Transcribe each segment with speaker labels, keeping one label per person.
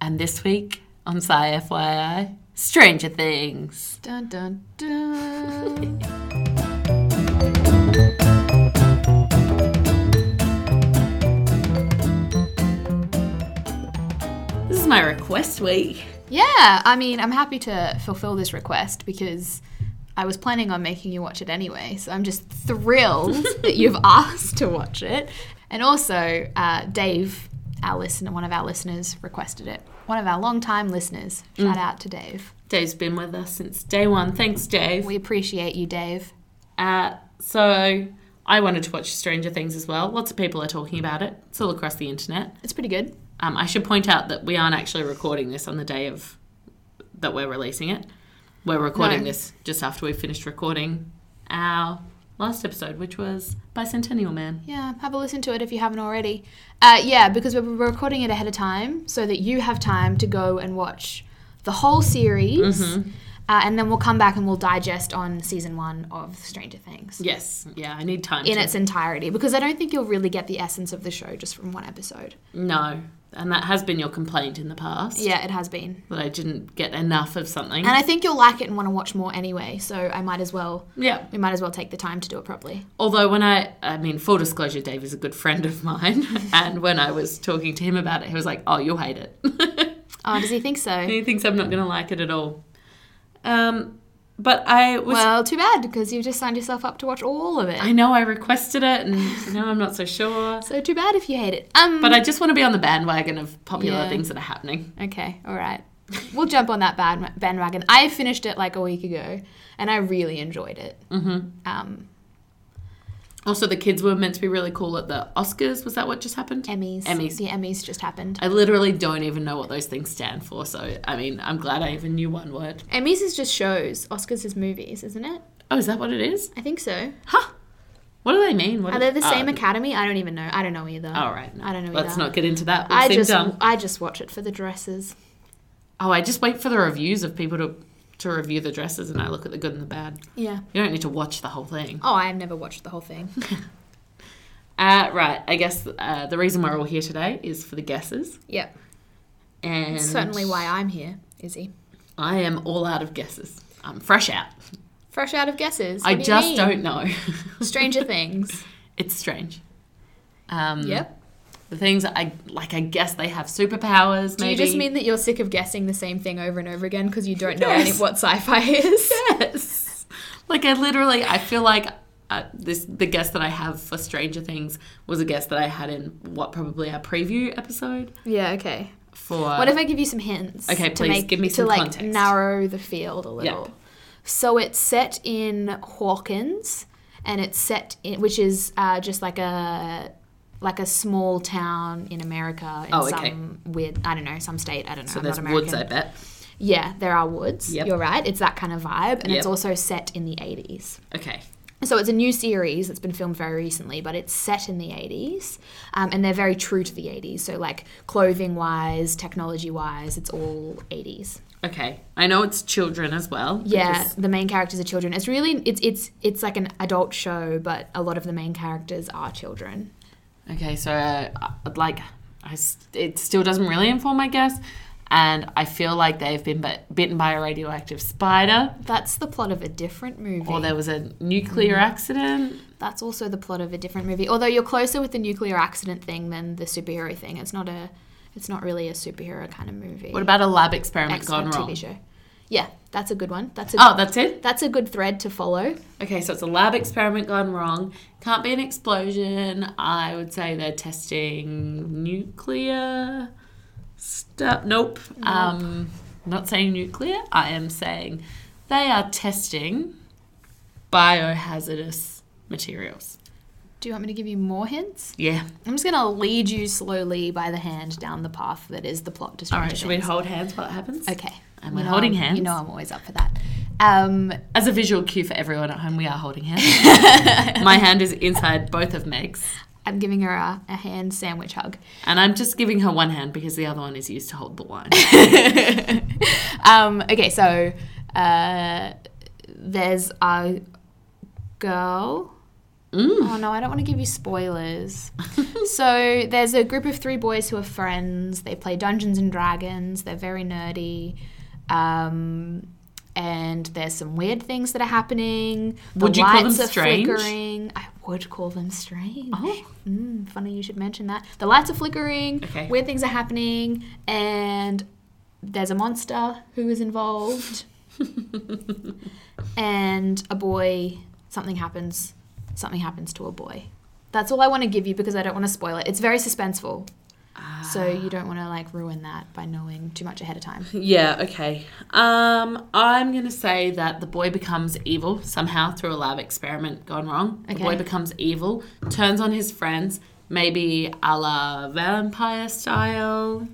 Speaker 1: And this week on Sci FYI, Stranger Things.
Speaker 2: Dun dun dun.
Speaker 1: This is my request week.
Speaker 2: yeah, I mean, I'm happy to fulfill this request because I was planning on making you watch it anyway. So I'm just thrilled that you've asked to watch it. And also, uh, Dave, our listener, one of our listeners, requested it. One of our longtime listeners. Shout out to Dave.
Speaker 1: Dave's been with us since day one. Thanks, Dave.
Speaker 2: We appreciate you, Dave.
Speaker 1: Uh, so I wanted to watch Stranger Things as well. Lots of people are talking about it. It's all across the internet.
Speaker 2: It's pretty good.
Speaker 1: Um, I should point out that we aren't actually recording this on the day of that we're releasing it. We're recording
Speaker 2: No.
Speaker 1: this just after we finished recording our last episode, which was Bicentennial Man.
Speaker 2: Yeah, have a listen to it if you haven't already. Uh, yeah, because we're we're recording it ahead of time so that you have time to go and watch the whole series.
Speaker 1: Mm-hmm.
Speaker 2: Uh, and then we'll come back and we'll digest on season one of Stranger Things
Speaker 1: Yes. Yeah, I need time.
Speaker 2: in
Speaker 1: to,
Speaker 2: its entirety because I don't think you'll really get the essence of the show just from one episode.
Speaker 1: No. And that has been your complaint in the past.
Speaker 2: Yeah, it has been.
Speaker 1: That I didn't get enough of something.
Speaker 2: And I think you'll like it and want to watch more anyway, so I might as well.
Speaker 1: yeah.
Speaker 2: We might as well take the time to do it properly.
Speaker 1: Although when I, I mean, full disclosure, Dave is a good friend of mine, and when I was talking to him about it, he was like, "Oh, you'll hate it."
Speaker 2: Oh, does he think so?
Speaker 1: he thinks I'm not going to like it at all. Um, but I was,
Speaker 2: Well, too bad because you've just signed yourself up to watch all of it.
Speaker 1: I know I requested it, and now I'm not so sure.
Speaker 2: So too bad if you hate it. Um,
Speaker 1: But I just want to be on the bandwagon of popular
Speaker 2: Yeah.
Speaker 1: things that are happening.
Speaker 2: Okay, all right. We'll jump on that bad bandwagon. I finished it like a week ago, and I really enjoyed it. Mm-hmm. Um,
Speaker 1: Also, the kids were meant to be really cool at the Oscars. Was that what just happened?
Speaker 2: Emmys.
Speaker 1: Emmys.
Speaker 2: The Emmys just happened.
Speaker 1: I literally don't even know what those things stand for. So, I mean, I'm glad I even knew one word.
Speaker 2: Emmys is just shows. Oscars is movies, isn't it?
Speaker 1: Oh, is that what it is?
Speaker 2: I think so.
Speaker 1: Huh? What do they mean? What
Speaker 2: Are they the same
Speaker 1: oh,
Speaker 2: academy? I don't even know. I don't know either.
Speaker 1: All right.
Speaker 2: I don't know
Speaker 1: Let's
Speaker 2: either.
Speaker 1: not get into that. We'll
Speaker 2: I
Speaker 1: seem
Speaker 2: just
Speaker 1: dumb.
Speaker 2: I just watch it for the dresses.
Speaker 1: Oh, I just wait for the reviews of people to to review the dresses, and I look at the good and the bad.
Speaker 2: Yeah.
Speaker 1: You don't need to watch the whole thing.
Speaker 2: Oh, I've never watched the whole thing.
Speaker 1: Uh, right. I guess uh, the reason we're all here today is for the guesses,
Speaker 2: yep.
Speaker 1: and
Speaker 2: That's certainly why I'm here, Izzy.
Speaker 1: I am all out of guesses. I'm fresh out.
Speaker 2: Fresh out of guesses.
Speaker 1: I
Speaker 2: What do you
Speaker 1: just
Speaker 2: mean?
Speaker 1: don't know.
Speaker 2: Stranger Things.
Speaker 1: it's strange. Um,
Speaker 2: Yep.
Speaker 1: The things I like, I guess they have superpowers.
Speaker 2: Do
Speaker 1: Maybe.
Speaker 2: you just mean that you're sick of guessing the same thing over and over again because you don't know any,
Speaker 1: Yes.
Speaker 2: what sci-fi is?
Speaker 1: Yes. Like I literally, I feel like uh, this the guess that I have for Stranger Things was a guess that I had in what probably our preview episode
Speaker 2: Yeah. Okay.
Speaker 1: for.
Speaker 2: What if I give you some hints?
Speaker 1: Okay, please, give me
Speaker 2: to
Speaker 1: some
Speaker 2: like
Speaker 1: context.
Speaker 2: narrow the field a little.
Speaker 1: Yep.
Speaker 2: So it's set in Hawkins, and it's set in which is uh, just like a like a small town in America in
Speaker 1: Oh, okay.
Speaker 2: some weird I don't know some state I don't know.
Speaker 1: so
Speaker 2: I'm
Speaker 1: there's
Speaker 2: not
Speaker 1: woods,
Speaker 2: American.
Speaker 1: I bet.
Speaker 2: Yeah, there are woods.
Speaker 1: Yep.
Speaker 2: You're right. It's that kind of vibe, and
Speaker 1: Yep.
Speaker 2: it's also set in the 80s.
Speaker 1: Okay.
Speaker 2: So it's a new series that's been filmed very recently, but it's set in the 80s, um, and they're very true to the 80s. So like clothing wise, technology wise, it's all 80s.
Speaker 1: Okay. I know it's children as well.
Speaker 2: Yeah,
Speaker 1: because-
Speaker 2: the main characters are children. It's really it's it's it's like an adult show, but a lot of the main characters are children.
Speaker 1: Okay. So uh, I'd like, I s it still doesn't really inform my guess, and I feel like they've been bit, bitten by a radioactive spider,
Speaker 2: That's the plot of a different movie.
Speaker 1: or there was a nuclear
Speaker 2: Mm-hmm.
Speaker 1: accident.
Speaker 2: That's also the plot of a different movie. Although you're closer with the nuclear accident thing than the superhero thing. It's not a it's not really a superhero kind of movie.
Speaker 1: What about a lab experiment
Speaker 2: Excellent
Speaker 1: gone wrong?
Speaker 2: TV show? Yeah, that's a good one. That's a
Speaker 1: Oh, that's it.
Speaker 2: That's a good thread to follow.
Speaker 1: Okay, so it's a lab experiment gone wrong. Can't be an explosion. I would say they're testing nuclear stuff. Nope. Um, not saying nuclear. I am saying they are testing biohazardous materials.
Speaker 2: Do you want me to give you more hints?
Speaker 1: Yeah.
Speaker 2: I'm just going to lead you slowly by the hand down the path that is the plot to
Speaker 1: All
Speaker 2: Stranger
Speaker 1: right. Should we
Speaker 2: Things.
Speaker 1: hold hands while it happens?
Speaker 2: Okay.
Speaker 1: And we're
Speaker 2: You know
Speaker 1: holding
Speaker 2: I'm-
Speaker 1: hands.
Speaker 2: You know I'm always up for that. Um,
Speaker 1: As a visual cue for everyone at home, we are holding hands. My hand is inside both of Meg's,
Speaker 2: I'm giving her a, a hand sandwich hug.
Speaker 1: and I'm just giving her one hand because the other one is used to hold the wine.
Speaker 2: Um, okay, so uh, there's a girl
Speaker 1: Mm.
Speaker 2: Oh no, I don't want to give you spoilers. so there's a group of three boys who are friends. They play Dungeons and Dragons. They're very nerdy. Um, and there's some weird things that are happening. The
Speaker 1: Would you call them
Speaker 2: lights are
Speaker 1: strange?
Speaker 2: flickering. I would call them strange.
Speaker 1: Oh.
Speaker 2: Mm, funny you should mention that. The lights are flickering.
Speaker 1: Okay.
Speaker 2: Weird things are happening, and there's a monster who is involved. and a boy, something happens. Something happens to a boy. That's all I want to give you because I don't want to spoil it. It's very suspenseful. So
Speaker 1: Ah.
Speaker 2: you don't want to like ruin that by knowing too much ahead of time.
Speaker 1: Yeah, okay. Um, I'm going to say that the boy becomes evil somehow through a lab experiment gone wrong. The boy
Speaker 2: Okay.
Speaker 1: becomes evil, turns on his friends, maybe a la vampire style,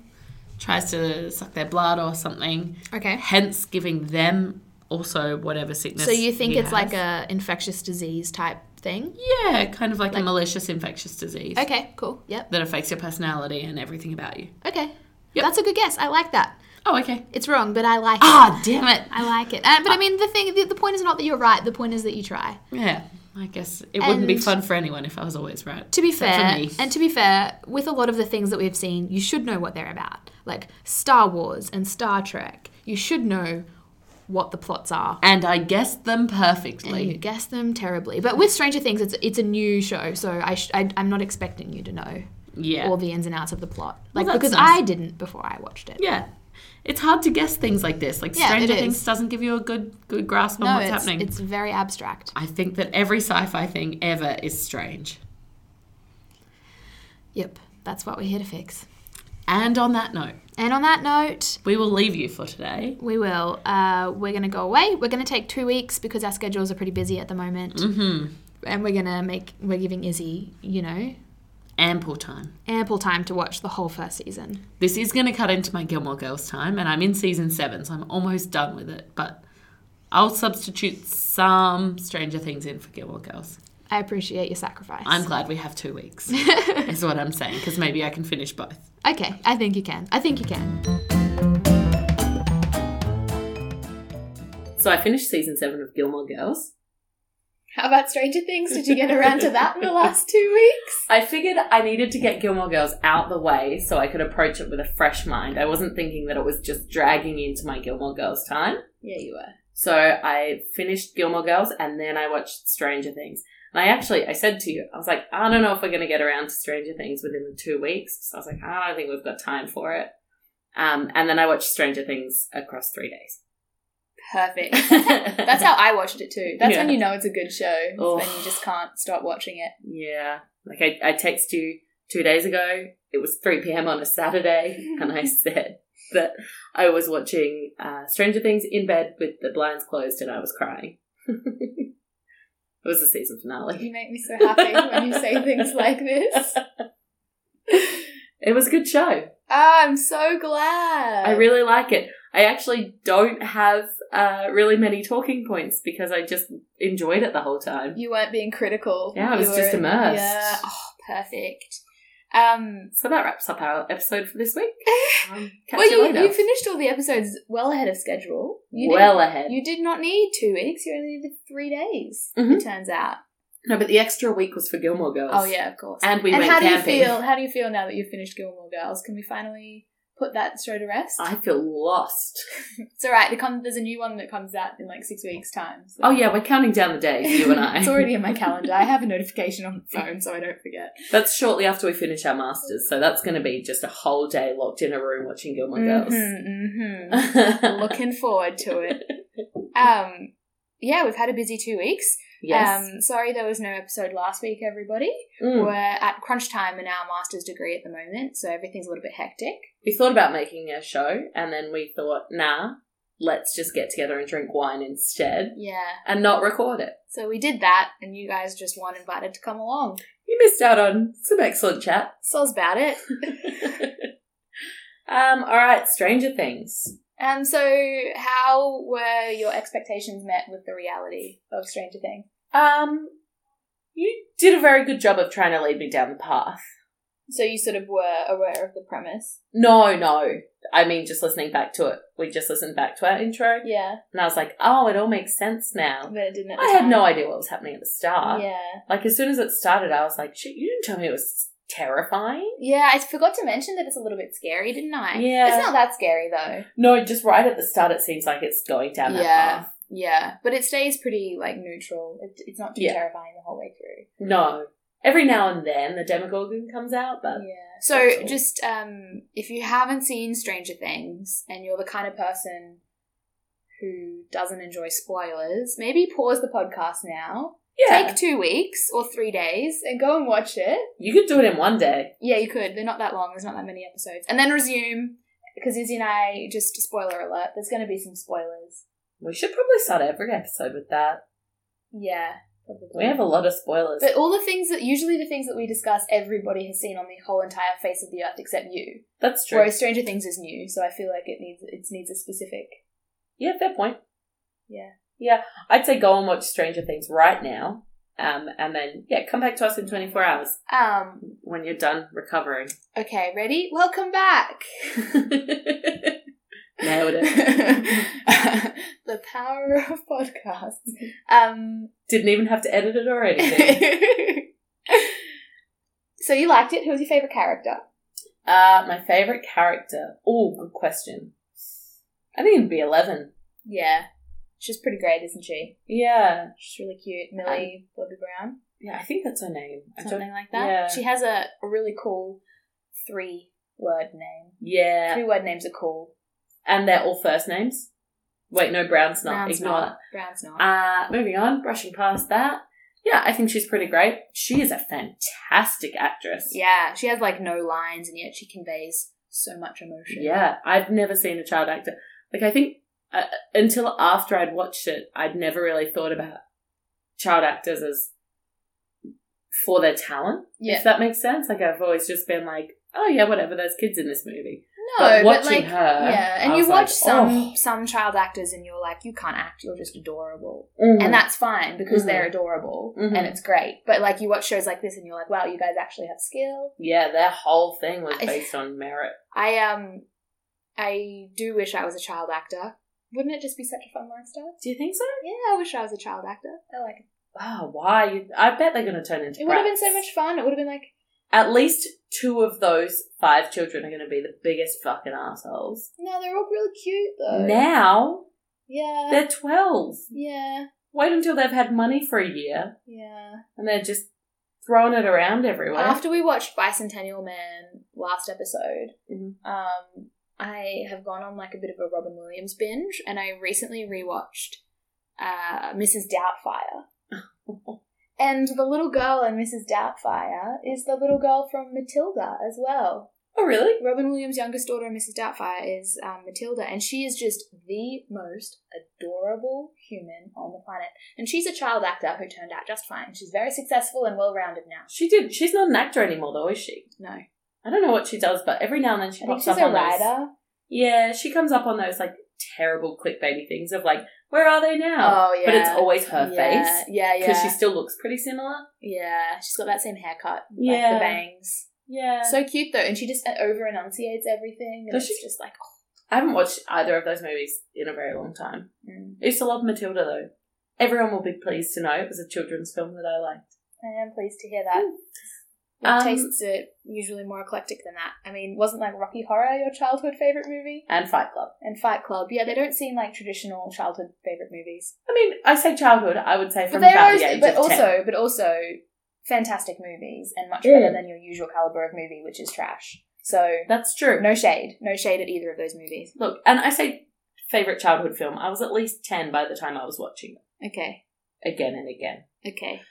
Speaker 1: tries to suck their blood or something,
Speaker 2: Okay.
Speaker 1: hence giving them also whatever sickness.
Speaker 2: So you think
Speaker 1: he
Speaker 2: it's like
Speaker 1: has.
Speaker 2: a infectious disease type thing?
Speaker 1: Yeah, kind of like, a malicious infectious disease
Speaker 2: Okay, cool. Yep.
Speaker 1: that affects your personality and everything about you.
Speaker 2: Okay.
Speaker 1: Yep.
Speaker 2: That's a good guess. I like that.
Speaker 1: Oh, okay.
Speaker 2: It's wrong, but I like it.
Speaker 1: Ah, damn it.
Speaker 2: I like it. Uh, but I mean, the thing, the, the point is not that you're right. The point is that you try.
Speaker 1: Yeah, I guess it wouldn't be
Speaker 2: And-
Speaker 1: fun for anyone if I was always right.
Speaker 2: To be
Speaker 1: Except for
Speaker 2: fair,
Speaker 1: me.
Speaker 2: and to be fair, with a lot of the things that we've seen, you should know what they're about. Like Star Wars and Star Trek, you should know what the plots are.
Speaker 1: and I guessed them
Speaker 2: And you
Speaker 1: perfectly.
Speaker 2: guess them terribly. But with Stranger Things, it's it's a new show, so I sh- I, I'm not expecting you to know
Speaker 1: Yeah.
Speaker 2: all the ins and outs of the plot.
Speaker 1: Well,
Speaker 2: Like
Speaker 1: that's
Speaker 2: because
Speaker 1: nice.
Speaker 2: I didn't before I watched it.
Speaker 1: yeah. It's hard to guess things like this. Like
Speaker 2: Yeah,
Speaker 1: Stranger
Speaker 2: it
Speaker 1: Things
Speaker 2: is.
Speaker 1: doesn't give you a good good grasp on
Speaker 2: no,
Speaker 1: what's
Speaker 2: it's
Speaker 1: happening.
Speaker 2: it's very abstract.
Speaker 1: I think that every sci-fi thing ever is strange.
Speaker 2: Yep, that's what we're here to fix.
Speaker 1: And on that note,
Speaker 2: And on that note,
Speaker 1: we will leave you for today.
Speaker 2: We will. Uh, we're going to go away. We're going to take two weeks because our schedules are pretty busy at the moment.
Speaker 1: Mm-hmm.
Speaker 2: And we're going to make, we're giving Izzy, you know,
Speaker 1: Ample time.
Speaker 2: ample time to watch the whole first season.
Speaker 1: This is going to cut into my Gilmore Girls time, and I'm in season seven, so I'm almost done with it. But I'll substitute some Stranger Things in for Gilmore Girls.
Speaker 2: I appreciate your sacrifice.
Speaker 1: I'm glad we have two weeks, is what I'm saying, because maybe I can finish both.
Speaker 2: okay, I think you can. I think you can.
Speaker 1: So I finished season seven of Gilmore Girls.
Speaker 2: How about Stranger Things? Did you get around to that in the last two weeks?
Speaker 1: I figured I needed to get Gilmore Girls out the way so I could approach it with a fresh mind. I wasn't thinking that it was just dragging into my Gilmore Girls time.
Speaker 2: Yeah, you were.
Speaker 1: So I finished Gilmore Girls and then I watched Stranger Things. And I actually, I said to you, I was like, I don't know if we're going to get around to Stranger Things within the two weeks. So I was like, "Ah, I don't think we've got time for it. Um, and then I watched Stranger Things across three days.
Speaker 3: Perfect.
Speaker 1: That's
Speaker 3: That's how I watched it too. That's when
Speaker 1: Yeah.
Speaker 3: you know it's a good show. is
Speaker 1: Oh.
Speaker 3: When you just can't stop watching it.
Speaker 1: Yeah. Like I, I texted you two days ago. It was 3 p.m. on a Saturday, and I said that I was watching uh, Stranger Things in bed with the blinds closed, and I was crying. it was the season
Speaker 3: You
Speaker 1: finale.
Speaker 3: make me so happy when you say things like this.
Speaker 1: It was a good show.
Speaker 3: Ah, I'm so glad.
Speaker 1: I really like it. I actually don't have uh, really many talking points because I just enjoyed it the whole time.
Speaker 3: You weren't being critical.
Speaker 1: Yeah,
Speaker 3: You
Speaker 1: I was just immersed.
Speaker 3: Yeah. Oh, perfect. Um,
Speaker 1: So that wraps up our episode for this week. Um, catch
Speaker 3: well,
Speaker 1: you,
Speaker 3: you,
Speaker 1: later.
Speaker 3: you finished all the episodes well ahead of schedule. You didn't-
Speaker 1: well ahead.
Speaker 3: You did not need two weeks. You only needed three days.
Speaker 1: Mhm.
Speaker 3: It turns out.
Speaker 1: No, but the extra week was for Gilmore Girls.
Speaker 3: Oh yeah, of course.
Speaker 1: And we
Speaker 3: and
Speaker 1: went
Speaker 3: how do
Speaker 1: camping.
Speaker 3: you feel? How do you feel now that you've finished Gilmore Girls? Can we finally put that show to rest?
Speaker 1: I feel lost.
Speaker 3: it's all right. It come, there's a new one that comes out in like six weeks' time. so-
Speaker 1: Oh yeah, we're counting down the days, you and I.
Speaker 3: it's already in my calendar. I have a notification on my phone, so I don't forget.
Speaker 1: That's shortly after we finish our masters, so that's going to be just a whole day locked in a room watching Gilmore Girls.
Speaker 3: Mhm, mhm. Looking forward to it. Um, yeah, we've had a busy two weeks.
Speaker 1: yes.
Speaker 3: Um, sorry there was no episode last week, everybody.
Speaker 1: Mm.
Speaker 3: We're at crunch time in our master's degree at the moment, so everything's a little bit hectic.
Speaker 1: We thought about making a show, and then we thought, nah, let's just get together and drink wine instead,
Speaker 3: Yeah.
Speaker 1: and not record it.
Speaker 3: So we did that, and you guys just weren't invited to come along.
Speaker 1: You missed out on some excellent chat.
Speaker 3: So that's about it.
Speaker 1: um. All right, Stranger Things.
Speaker 3: Um, so how were your expectations met with the reality of Stranger Things?
Speaker 1: Um, you did a very good job of trying to lead me down the path.
Speaker 2: So you sort of were aware of the premise.
Speaker 1: No, no. I mean, just listening back to it, we just listened back to our intro,
Speaker 2: Yeah,
Speaker 1: and I was like, oh, it all makes sense now.
Speaker 2: but it didn't. At the
Speaker 1: I had no
Speaker 2: time.
Speaker 1: idea what was happening at the start.
Speaker 2: Yeah,
Speaker 1: Like as soon as it started, I was like, "Shit, you didn't tell me it was terrifying."
Speaker 2: yeah. I forgot to mention that it's a little bit scary, didn't I?
Speaker 1: Yeah.
Speaker 2: it's not that scary though.
Speaker 1: No, just right at the start, it seems like it's going down that
Speaker 2: yeah,
Speaker 1: path.
Speaker 2: yeah. But it stays pretty like neutral. It, it's not too
Speaker 1: Yeah.
Speaker 2: terrifying the whole way through.
Speaker 1: No, every now and then the Demogorgon comes out, but
Speaker 2: Yeah. So
Speaker 1: Uh, That's all.
Speaker 2: just um, if you haven't seen Stranger Things and you're the kind of person who doesn't enjoy spoilers, maybe pause the podcast now.
Speaker 1: yeah,
Speaker 2: Take two weeks or three days and go and watch it.
Speaker 1: you could do it in one day.
Speaker 2: Yeah, you could. They're not that long. There's not that many episodes. And then resume because Izzy and I just spoiler alert. There's going to be some spoilers.
Speaker 1: We should probably start every episode with that.
Speaker 2: Yeah, probably.
Speaker 1: We have a lot of spoilers.
Speaker 2: But all the things that usually the things that we discuss, everybody has seen on the whole entire face of the earth except you.
Speaker 1: That's true.
Speaker 2: Whereas Stranger Things is new, so I feel like it needs it needs a specific.
Speaker 1: Yeah, fair point.
Speaker 2: Yeah.
Speaker 1: Yeah, I'd say go and watch Stranger Things right now, um, and then yeah, come back to us in twenty four hours
Speaker 2: Um.
Speaker 1: when you're done recovering.
Speaker 2: Okay. Ready? Welcome back.
Speaker 1: Nailed it.
Speaker 2: the power of podcasts. Um.
Speaker 1: Didn't even have to edit it or anything.
Speaker 2: so you liked it. Who was your favorite character?
Speaker 1: uh, my favorite character. Oh, good question. I think it'd be eleven.
Speaker 2: Yeah, she's pretty great, isn't she?
Speaker 1: Yeah,
Speaker 2: She's really cute,
Speaker 1: Um,
Speaker 2: Millie Bobby Brown,
Speaker 1: yeah. I think that's her name. I don't-
Speaker 2: something like that.
Speaker 1: yeah.
Speaker 2: She has a a really cool three word name.
Speaker 1: Yeah,
Speaker 2: Three word names are cool.
Speaker 1: and they're all first names. Wait, no, Brown's not.
Speaker 2: Brown's
Speaker 1: Ignore
Speaker 2: not. Brown's not.
Speaker 1: that. Uh, moving on, brushing past that. Yeah, I think she's pretty great. She is a fantastic actress.
Speaker 2: Yeah, she has like no lines, and yet she conveys so much emotion.
Speaker 1: Yeah, I've never seen a child actor. Like, I think uh, until after I'd watched it, I'd never really thought about child actors as for their talent.
Speaker 2: Yeah.
Speaker 1: If that makes sense. Like, I've always just been like, oh, yeah, whatever, there's kids in this movie.
Speaker 2: no, but,
Speaker 1: watching
Speaker 2: like,
Speaker 1: her,
Speaker 2: yeah, and
Speaker 1: I
Speaker 2: you
Speaker 1: was
Speaker 2: watch
Speaker 1: like,
Speaker 2: some
Speaker 1: oh.
Speaker 2: some child actors, and you're like, you can't act, you're just adorable,
Speaker 1: Mhm.
Speaker 2: and that's fine because
Speaker 1: Mhm.
Speaker 2: they're adorable,
Speaker 1: Mhm.
Speaker 2: and it's great. But like, you watch shows like this, and you're like, wow, you guys actually have skill.
Speaker 1: yeah, their whole thing was
Speaker 2: I-
Speaker 1: based on merit.
Speaker 2: I um, I do wish I was a child actor. Wouldn't it just be such a fun lifestyle?
Speaker 1: Do you think so?
Speaker 2: Yeah, I wish I was a child actor. I like it.
Speaker 1: Oh, why? You- I bet they're going to turn into.
Speaker 2: It would have been
Speaker 1: brats.
Speaker 2: so much fun. It would have been like,
Speaker 1: At least two of those five children are going to be the biggest fucking assholes.
Speaker 2: no, they're all really cute though.
Speaker 1: Now
Speaker 2: yeah,
Speaker 1: they're twelve.
Speaker 2: yeah,
Speaker 1: Wait until they've had money for a year
Speaker 2: yeah.
Speaker 1: and they're just throwing it around everywhere.
Speaker 2: After we watched Bicentennial Man last episode,
Speaker 1: Mhm.
Speaker 2: um, I have gone on like a bit of a Robin Williams binge, and I recently rewatched uh, Mrs. Doubtfire.
Speaker 1: Oh,
Speaker 2: and the little girl in Mrs. Doubtfire is the little girl from Matilda as well.
Speaker 1: oh, really?
Speaker 2: Robin Williams' youngest daughter, Mrs. Doubtfire, is um, Matilda, and she is just the most adorable human on the planet. And she's a child actor who turned out just fine. She's very successful and well rounded now.
Speaker 1: She did. She's not an actor anymore, though, is she?
Speaker 2: No, I
Speaker 1: I don't know what she does, but every now and then she
Speaker 2: think
Speaker 1: pops
Speaker 2: she's
Speaker 1: up
Speaker 2: a
Speaker 1: on those.
Speaker 2: writer.
Speaker 1: Yeah, she comes up on those like terrible clickbaity things of like, where are they now?
Speaker 2: Oh yeah,
Speaker 1: But it's always her
Speaker 2: yeah,
Speaker 1: face
Speaker 2: Yeah, yeah,
Speaker 1: because she still looks pretty similar.
Speaker 2: yeah. She's got that same haircut, like
Speaker 1: Yeah.
Speaker 2: the bangs.
Speaker 1: Yeah.
Speaker 2: So cute though, and she just over enunciates everything, and
Speaker 1: Does
Speaker 2: it's
Speaker 1: she?
Speaker 2: just like, oh,
Speaker 1: I haven't watched either of those movies in a very long time.
Speaker 2: mm.
Speaker 1: I used to love Matilda though. Everyone will be pleased to know it was a children's film that I liked.
Speaker 2: I am pleased to hear that. Your
Speaker 1: Um,
Speaker 2: tastes are usually more eclectic than that. I mean, wasn't like Rocky Horror your childhood favorite movie?
Speaker 1: And Fight Club.
Speaker 2: And Fight Club, yeah, they don't seem like traditional childhood favorite movies.
Speaker 1: I mean, I say childhood, I would say
Speaker 2: But
Speaker 1: from
Speaker 2: they're
Speaker 1: about
Speaker 2: always,
Speaker 1: the age
Speaker 2: but
Speaker 1: of
Speaker 2: also,
Speaker 1: 10.
Speaker 2: but also, fantastic movies and much
Speaker 1: Yeah.
Speaker 2: better than your usual caliber of movie, which is trash. So
Speaker 1: That's true.
Speaker 2: no shade, no shade at either of those movies.
Speaker 1: Look, and I say favorite childhood film. I was at least 10 by the time I was watching
Speaker 2: Okay,
Speaker 1: it again and again.
Speaker 2: okay,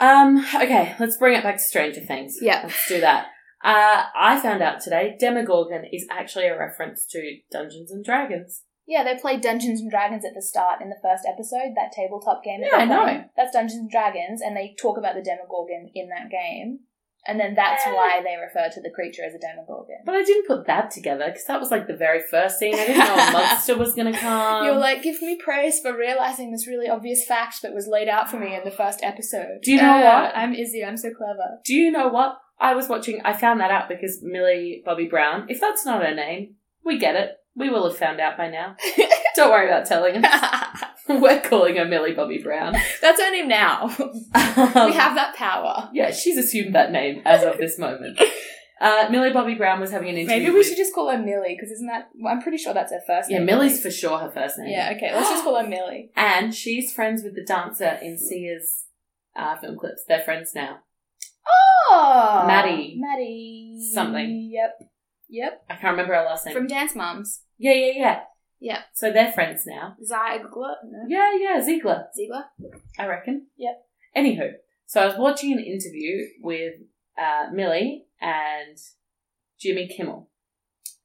Speaker 1: Um, okay, let's bring it back to Stranger Things.
Speaker 2: Yeah.
Speaker 1: Let's do that. Uh, I found out today Demogorgon is actually a reference to Dungeons and Dragons.
Speaker 2: yeah. They played Dungeons and Dragons at the start in the first episode, that tabletop game. That
Speaker 1: Yeah,
Speaker 2: they
Speaker 1: I
Speaker 2: play.
Speaker 1: know.
Speaker 2: That's Dungeons and Dragons, and they talk about the Demogorgon in that game, and then that's
Speaker 1: Yeah.
Speaker 2: why they refer to the creature as a Demogorgon.
Speaker 1: But I didn't put that together because that was like the very first scene. I didn't know a monster was going to come.
Speaker 2: You're like, give me praise for realizing this really obvious fact that was laid out for me in the first episode.
Speaker 1: Do you know
Speaker 2: Uh,
Speaker 1: what?
Speaker 2: I'm Izzy. I'm so clever.
Speaker 1: Do you know what? I was watching, I found that out because Millie Bobby Brown, if that's not her name, we get it. We will have found out by now. Don't worry about telling us. We're calling her Millie Bobby Brown. Um,
Speaker 2: That's her name now. we have that power.
Speaker 1: Yeah, she's assumed that name as of this moment. Uh, Millie Bobby Brown was having an interview.
Speaker 2: Maybe we
Speaker 1: with-
Speaker 2: should just call her Millie, because isn't that? Well, I'm pretty sure that's her first
Speaker 1: Yeah,
Speaker 2: name.
Speaker 1: Millie's for sure her first name.
Speaker 2: Yeah, okay, let's just call her Millie.
Speaker 1: And she's friends with the dancer in Sia's uh, film clips. They're friends now.
Speaker 2: Oh!
Speaker 1: Maddie.
Speaker 2: Maddie.
Speaker 1: Something.
Speaker 2: Yep. Yep.
Speaker 1: I can't remember her last name.
Speaker 2: From Dance Moms.
Speaker 1: yeah, yeah, yeah.
Speaker 2: Yeah.
Speaker 1: So they're friends now.
Speaker 2: Ziegler? No.
Speaker 1: Yeah, yeah, Ziegler.
Speaker 2: Ziegler?
Speaker 1: I reckon.
Speaker 2: Yep.
Speaker 1: Anywho, so I was watching an interview with uh, Millie and Jimmy Kimmel,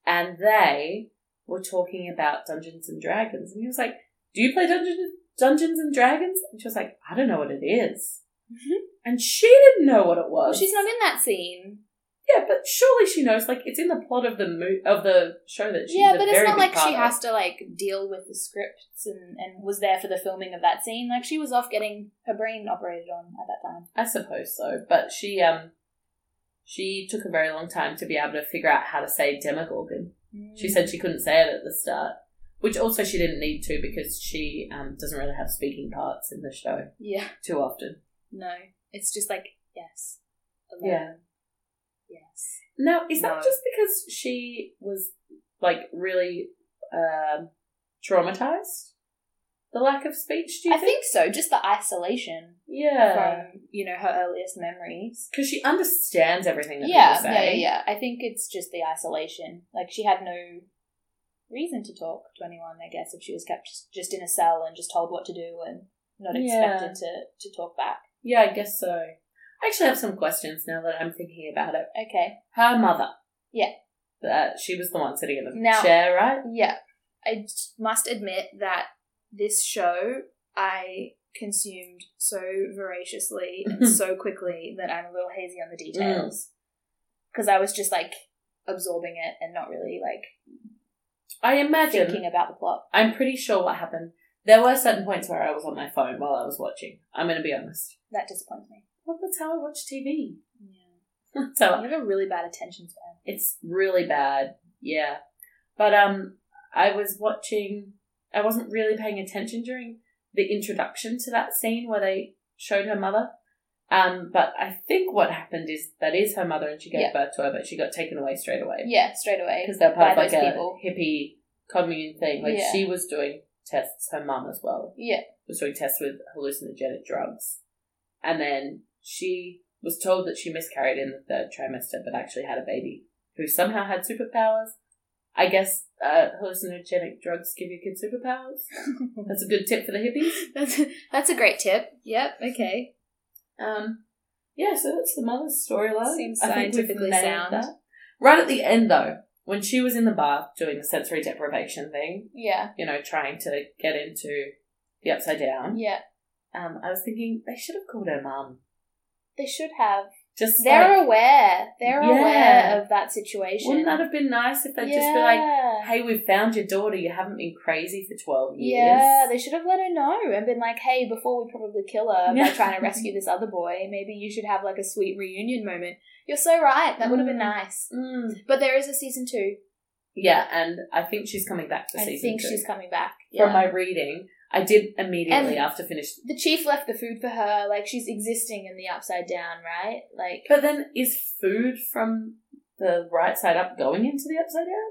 Speaker 1: and they were talking about Dungeons and Dragons, and he was like, "Do you play Dungeons Dungeons and Dragons?" And she was like, "I don't know what it is." And she didn't know what it was.
Speaker 2: Well, Mm-hmm. Oh, she's not in that scene.
Speaker 1: Yeah, but surely she knows. Like, it's in the plot of the mo- of the show that she's
Speaker 2: yeah,
Speaker 1: a
Speaker 2: but it's
Speaker 1: very
Speaker 2: not
Speaker 1: big
Speaker 2: like
Speaker 1: part
Speaker 2: she
Speaker 1: of.
Speaker 2: has to like deal with the scripts and, and was there for the filming of that scene. Like she was off getting her brain operated on at that time.
Speaker 1: I suppose so, but she um she took a very long time to be able to figure out how to say Demogorgon. She said she couldn't say it at the start, which also she didn't need to because she um, doesn't really have speaking parts in the show
Speaker 2: Mm, "Yeah,
Speaker 1: too often.
Speaker 2: no, it's just like yes,
Speaker 1: Yeah.
Speaker 2: yes."
Speaker 1: Now, is that
Speaker 2: No.
Speaker 1: just because she was like really um, traumatized? The lack of speech, do you
Speaker 2: I think so. Just the isolation
Speaker 1: Yeah.
Speaker 2: from you know her earliest memories.
Speaker 1: Because she understands everything that
Speaker 2: Yeah,
Speaker 1: people
Speaker 2: yeah, yeah,
Speaker 1: say.
Speaker 2: yeah. I think it's just the isolation. Like she had no reason to talk to anyone. I guess if she was kept just in a cell and just told what to do and not expected to to talk back.
Speaker 1: Yeah, I guess so. I actually have some questions now that I'm thinking about it.
Speaker 2: Okay.
Speaker 1: Her mother.
Speaker 2: Yeah.
Speaker 1: Uh, she was the one sitting in the
Speaker 2: Now-
Speaker 1: chair, right?
Speaker 2: Yeah. I d- must admit that this show I consumed so voraciously and so quickly that I'm a little hazy
Speaker 1: Mm.
Speaker 2: on the details. Because I was just like absorbing it and not really like
Speaker 1: I imagine.
Speaker 2: thinking about the plot.
Speaker 1: I'm pretty sure what happened. There were certain points where I was on my phone while I was watching. I'm going to be honest.
Speaker 2: That disappoints me.
Speaker 1: Well, that's how I watch TV.
Speaker 2: Yeah.
Speaker 1: so
Speaker 2: You have a really bad attention span.
Speaker 1: it's really bad. Yeah. But um, I was watching. I wasn't really paying attention during the introduction to that scene where they showed her mother. Um, but I think what happened is that is her mother, and she gave
Speaker 2: Yeah.
Speaker 1: birth to her, but she got taken away straight away.
Speaker 2: Yeah, straight away.
Speaker 1: because they're part
Speaker 2: by
Speaker 1: of like
Speaker 2: those
Speaker 1: a
Speaker 2: people.
Speaker 1: hippie commune thing. Like
Speaker 2: Yeah.
Speaker 1: she was doing tests, her mum as well
Speaker 2: Yeah.
Speaker 1: was doing tests with hallucinogenic drugs, and then she was told that she miscarried in the third trimester, but actually had a baby who somehow had superpowers. I guess uh, hallucinogenic drugs give your kids superpowers. That's a good tip for the hippies.
Speaker 2: that's, that's a great tip. Yep, okay.
Speaker 1: Um, yeah, so that's the mother's storyline.
Speaker 2: Seems
Speaker 1: I think we've
Speaker 2: scientifically
Speaker 1: nailed
Speaker 2: sound.
Speaker 1: Right at the end, though, when she was in the bath doing the sensory deprivation thing,
Speaker 2: Yeah,
Speaker 1: you know, trying to get into the upside down,
Speaker 2: yeah.
Speaker 1: um, I was thinking they should have called her mum.
Speaker 2: They should have.
Speaker 1: Just
Speaker 2: They're
Speaker 1: like,
Speaker 2: aware. They're
Speaker 1: Yeah.
Speaker 2: aware of that situation.
Speaker 1: wouldn't that have been nice if they'd just be like, "Hey, we've found your daughter. You haven't been crazy for twelve years."
Speaker 2: Yeah, they should have let her know and been like, hey, before we probably kill her by
Speaker 1: Yeah.
Speaker 2: trying to rescue this other boy, maybe you should have like a sweet reunion moment. You're so right. That would have been
Speaker 1: Mm.
Speaker 2: nice.
Speaker 1: Mm.
Speaker 2: But there is a season two.
Speaker 1: Yeah, and I think she's coming back for
Speaker 2: I
Speaker 1: season
Speaker 2: think
Speaker 1: two.
Speaker 2: she's coming back.
Speaker 1: From my reading, I did immediately
Speaker 2: And-
Speaker 1: after finish
Speaker 2: the chief left the food for her. Like she's existing in the upside down, right? Like
Speaker 1: But then is food from the right side up going into the upside down?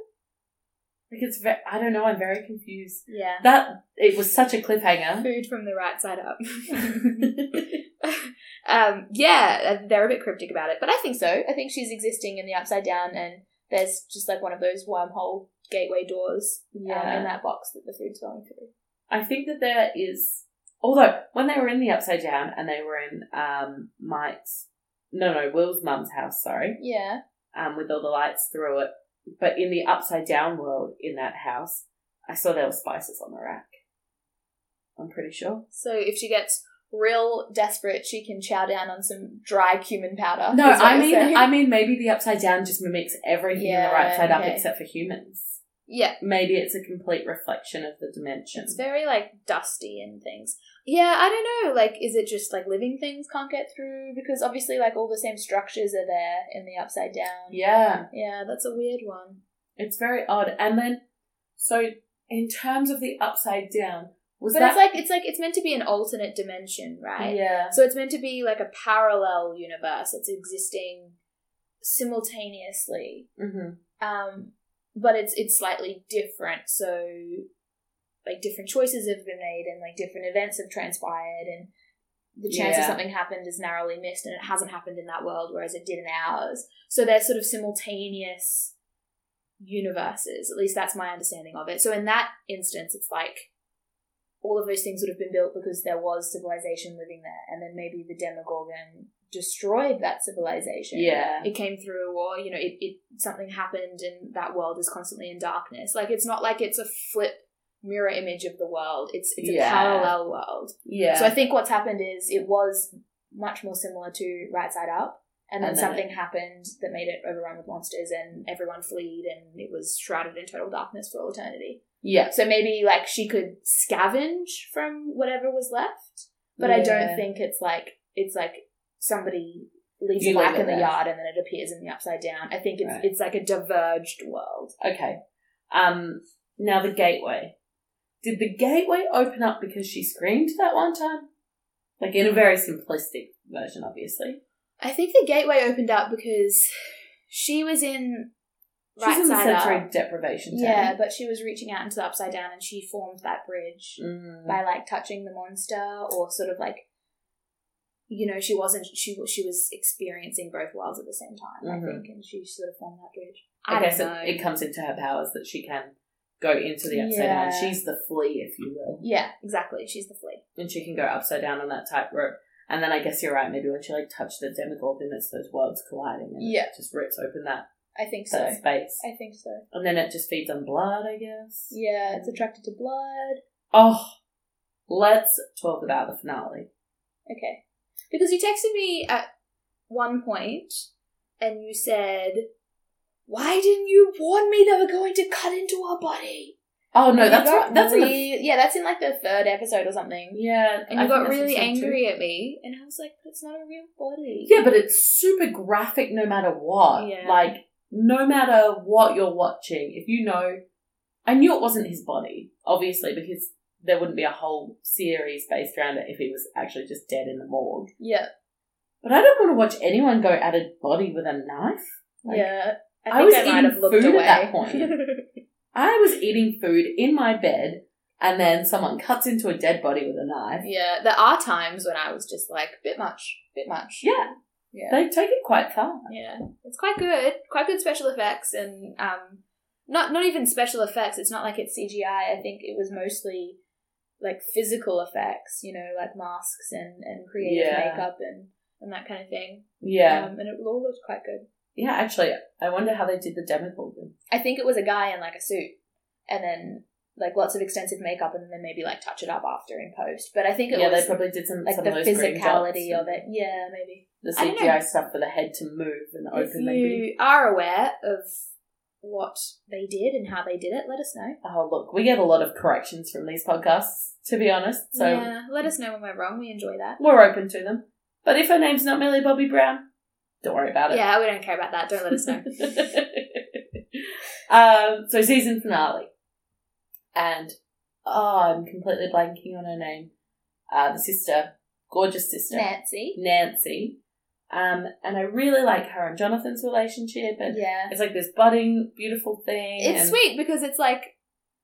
Speaker 1: Like it's very, I don't know, I'm very confused.
Speaker 2: yeah,
Speaker 1: That it was such a cliffhanger.
Speaker 2: food from the right side up. um, yeah, they're a bit cryptic about it, but I think so. I think she's existing in the upside down, and there's just like one of those wormhole gateway doors um, in
Speaker 1: yeah.
Speaker 2: that box that the food's going through.
Speaker 1: I think that there is although when they were in the upside down and they were in um Mike's no no, Will's mum's house, sorry.
Speaker 2: Yeah.
Speaker 1: Um with all the lights through it. But in the upside down world in that house, I saw there were spices on the rack. I'm pretty sure.
Speaker 2: So if she gets real desperate, she can chow down on some dry cumin powder.
Speaker 1: No,
Speaker 2: is what
Speaker 1: I
Speaker 2: you're
Speaker 1: mean,
Speaker 2: saying.
Speaker 1: I mean, maybe the upside down just mimics everything in the right
Speaker 2: Yeah,
Speaker 1: side up
Speaker 2: okay.
Speaker 1: except for humans.
Speaker 2: Yeah.
Speaker 1: Maybe it's a complete reflection of the dimension.
Speaker 2: It's very like dusty and things. Yeah, I don't know. Like, is it just like living things can't get through? Because obviously, like all the same structures are there in the upside down.
Speaker 1: yeah,
Speaker 2: Yeah, that's a weird one.
Speaker 1: it's very odd. And then, so in terms of the upside down, was
Speaker 2: But
Speaker 1: that
Speaker 2: it's like it's like it's meant to be an alternate dimension, right?
Speaker 1: yeah?
Speaker 2: So it's meant to be like a parallel universe that's existing simultaneously.
Speaker 1: hmm
Speaker 2: um, but it's it's slightly different. So, like different choices have been made, and like different events have transpired, and the chance of
Speaker 1: Yeah.
Speaker 2: something happened is narrowly missed, and it hasn't happened in that world, whereas it did in ours. So they're sort of simultaneous universes. At least that's my understanding of it. So in that instance, it's like. All of those things would have been built because there was civilization living there, and then maybe the Demogorgon destroyed that civilization
Speaker 1: Yeah.
Speaker 2: it came through or you know it, it something happened and that world is constantly in darkness like it's not like it's a flip mirror image of the world it's it's
Speaker 1: Yeah.
Speaker 2: a parallel world
Speaker 1: Yeah.
Speaker 2: so i think what's happened is it was much more similar to right side up and then
Speaker 1: And then
Speaker 2: something happened that made it overrun with monsters and everyone fleed and it was shrouded in total darkness for all eternity
Speaker 1: yeah.
Speaker 2: so maybe like she could scavenge from whatever was left but I don't
Speaker 1: Yeah.
Speaker 2: think it's like it's like somebody leaves
Speaker 1: You
Speaker 2: a whack
Speaker 1: leave it
Speaker 2: in the
Speaker 1: there.
Speaker 2: yard and then it appears in the upside down. I think it's
Speaker 1: Right.
Speaker 2: it's like a diverged world.
Speaker 1: Okay. Um. Now the gateway. Did the gateway open up because she screamed that one time? Like in a very simplistic version, obviously.
Speaker 2: I think the gateway opened up because she was in
Speaker 1: She's
Speaker 2: right
Speaker 1: in the
Speaker 2: side
Speaker 1: sensory
Speaker 2: up.
Speaker 1: deprivation.
Speaker 2: Yeah, but she was reaching out into the upside down and she formed that bridge
Speaker 1: Mm.
Speaker 2: by like touching the monster or sort of like you know, she wasn't she was- she was experiencing both worlds at the same time,
Speaker 1: Mhm.
Speaker 2: I think, and she sort of formed that bridge. I,
Speaker 1: I,
Speaker 2: don't
Speaker 1: guess
Speaker 2: know.
Speaker 1: it, it comes into her powers that she can go into the upside
Speaker 2: Yeah.
Speaker 1: down. She's the flea, if you will,
Speaker 2: yeah, exactly. She's the flea.
Speaker 1: and she can go upside down on that tightrope. And then I guess you're right. Maybe when she like touched the demogorgon, it's those worlds colliding, and
Speaker 2: Yeah.
Speaker 1: it just rips open that,
Speaker 2: I think so.
Speaker 1: that space,
Speaker 2: I think so.
Speaker 1: and then it just feeds on blood. I guess.
Speaker 2: Yeah,
Speaker 1: Mm.
Speaker 2: it's attracted to blood.
Speaker 1: Oh, let's talk about the finale.
Speaker 2: Okay. Because you texted me at one point and you said, Why didn't you warn me they were going to cut into our body?
Speaker 1: Oh no,
Speaker 2: And you
Speaker 1: that's
Speaker 2: got
Speaker 1: right. That's in the,
Speaker 2: re- yeah, that's in like the third episode or something.
Speaker 1: yeah,
Speaker 2: And
Speaker 1: I think
Speaker 2: you got
Speaker 1: that's
Speaker 2: really
Speaker 1: episode two.
Speaker 2: angry at me, and I was like, "But it's not a real body."
Speaker 1: Yeah, but it's super graphic no matter what.
Speaker 2: Yeah.
Speaker 1: Like, no matter what you're watching, if you know, I knew it wasn't his body, obviously, because there wouldn't be a whole series based around it if he was actually just dead in the morgue.
Speaker 2: yeah,
Speaker 1: But I don't want to watch anyone go at a body with a knife. Like,
Speaker 2: yeah. I,
Speaker 1: I
Speaker 2: think
Speaker 1: was
Speaker 2: I might
Speaker 1: eating
Speaker 2: have looked
Speaker 1: food
Speaker 2: away.
Speaker 1: at that I was eating food in my bed, and then someone cuts into a dead body with a knife.
Speaker 2: yeah, there are times when I was just like, "Bit much, bit much."
Speaker 1: Yeah,
Speaker 2: yeah.
Speaker 1: they take it quite far.
Speaker 2: Yeah, it's quite good. Quite good special effects and um, not not even special effects. It's not like it's CGI. I think it was mostly like physical effects. You know, like masks and and creative
Speaker 1: Yeah.
Speaker 2: makeup and and that kind of thing.
Speaker 1: Yeah.
Speaker 2: um, and it all looked quite good.
Speaker 1: Yeah, actually, I wonder how they did the Demogorgon.
Speaker 2: I think it was a guy in like a suit, and then like lots of extensive makeup, and then maybe like touch it up after in post. But I think it
Speaker 1: Yeah,
Speaker 2: was
Speaker 1: they probably did some
Speaker 2: like
Speaker 1: some
Speaker 2: the
Speaker 1: of those green
Speaker 2: physicality
Speaker 1: dots
Speaker 2: of it. Yeah, maybe.
Speaker 1: The
Speaker 2: I don't
Speaker 1: CGI stuff for the head to move and
Speaker 2: If
Speaker 1: open, maybe.
Speaker 2: you are aware of what they did and how they did it, let us know.
Speaker 1: Oh, look, we get a lot of corrections from these podcasts, to be honest. So
Speaker 2: yeah, let us know when we're wrong. We enjoy that.
Speaker 1: we're open to them. But if her name's not Millie Bobby Brown, don't worry about it.
Speaker 2: Yeah, we don't care about that. Don't let us know.
Speaker 1: um, so season finale, and oh, I'm completely blanking on her name. Uh, the sister, gorgeous sister,
Speaker 2: Nancy.
Speaker 1: Nancy. Um, and I really like her and Jonathan's relationship, and
Speaker 2: Yeah.
Speaker 1: it's like this budding, beautiful thing.
Speaker 2: It's
Speaker 1: and-
Speaker 2: sweet because it's like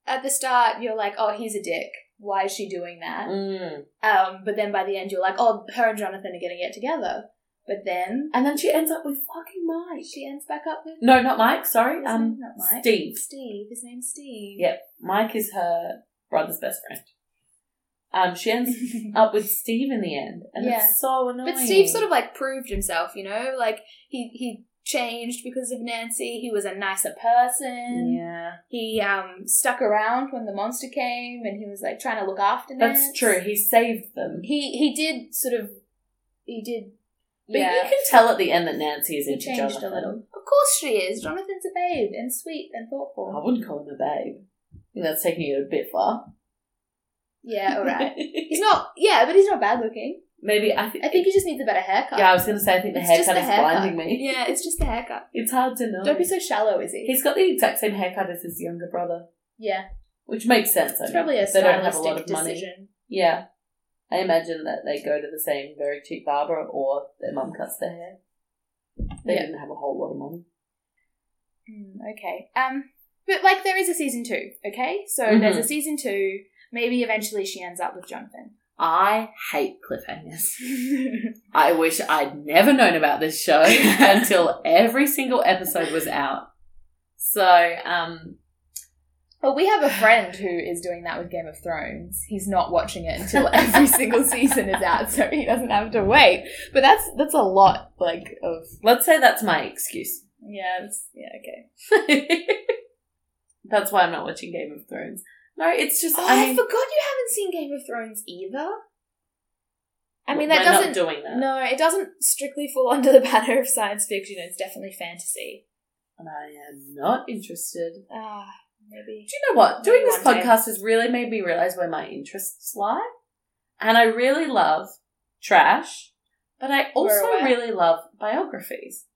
Speaker 2: at the start you're like, oh, he's a dick. Why is she doing that?
Speaker 1: Mm.
Speaker 2: Um, but then by the end you're like, oh, her and Jonathan are going to get together. But then
Speaker 1: And then she ends up with fucking Mike.
Speaker 2: she ends back up with
Speaker 1: No, not Mike. Sorry,
Speaker 2: His
Speaker 1: um,
Speaker 2: name's not Mike.
Speaker 1: Steve.
Speaker 2: Steve. His name's Steve.
Speaker 1: Yeah. Mike is her brother's best friend. Um, she ends up with Steve in the end, and
Speaker 2: Yeah.
Speaker 1: it's so annoying.
Speaker 2: But Steve sort of like proved himself, you know, like he he changed because of Nancy. He was a nicer person.
Speaker 1: yeah,
Speaker 2: He um stuck around when the monster came, and he was like trying to look after.
Speaker 1: that's
Speaker 2: Nance.
Speaker 1: true. He saved them.
Speaker 2: He he did sort of he did
Speaker 1: But you
Speaker 2: yeah.
Speaker 1: can tell at the end that Nancy is
Speaker 2: He
Speaker 1: into
Speaker 2: changed
Speaker 1: Jonathan.
Speaker 2: a little. Of course she is. Jonathan's a babe and sweet and
Speaker 1: I
Speaker 2: thoughtful.
Speaker 1: wouldn't call him a babe. I think that's taking it a bit far.
Speaker 2: Yeah, all right. He's not. Yeah, but he's not bad looking.
Speaker 1: Maybe I think.
Speaker 2: I think he just needs a better haircut.
Speaker 1: yeah, I was going to say I think the
Speaker 2: It's just
Speaker 1: haircut
Speaker 2: the
Speaker 1: is
Speaker 2: haircut.
Speaker 1: blinding me.
Speaker 2: Yeah, it's just the haircut.
Speaker 1: It's hard to know.
Speaker 2: Don't be so shallow, is he?
Speaker 1: He's got the exact same haircut as his younger brother,
Speaker 2: yeah,
Speaker 1: which makes sense. I mean,
Speaker 2: it's probably a
Speaker 1: they don't have a
Speaker 2: stylistic
Speaker 1: lot of money.
Speaker 2: decision.
Speaker 1: Yeah, I imagine that they go to the same very cheap barber, or their mum cuts their hair. They
Speaker 2: Yeah.
Speaker 1: didn't have a whole lot of money.
Speaker 2: Mm, okay. Um, but like there is a season two. Okay, so
Speaker 1: Mhm.
Speaker 2: there's a season two. Maybe eventually she ends up with Jonathan.
Speaker 1: I hate cliffhangers. I wish I'd never known about this show until every single episode was out. So, um,
Speaker 2: well, we have a friend who is doing that with Game of Thrones. He's not watching it until every single season is out, so he doesn't have to wait. But that's that's a lot, like of
Speaker 1: let's say that's my excuse.
Speaker 2: yeah, that's, yeah, okay.
Speaker 1: that's why I'm not watching Game of Thrones. No, it's just
Speaker 2: Oh, I,
Speaker 1: I mean,
Speaker 2: forgot you haven't seen Game of Thrones either. I mean,
Speaker 1: we're
Speaker 2: that
Speaker 1: not
Speaker 2: doesn't.
Speaker 1: doing that.
Speaker 2: No, it doesn't strictly fall under the banner of science fiction. It's definitely fantasy.
Speaker 1: And I am not interested.
Speaker 2: Ah, maybe.
Speaker 1: Do you know what? Doing this
Speaker 2: One day.
Speaker 1: podcast has really made me realize where my interests lie. And I really love trash, but I also
Speaker 2: aware.
Speaker 1: really love biographies.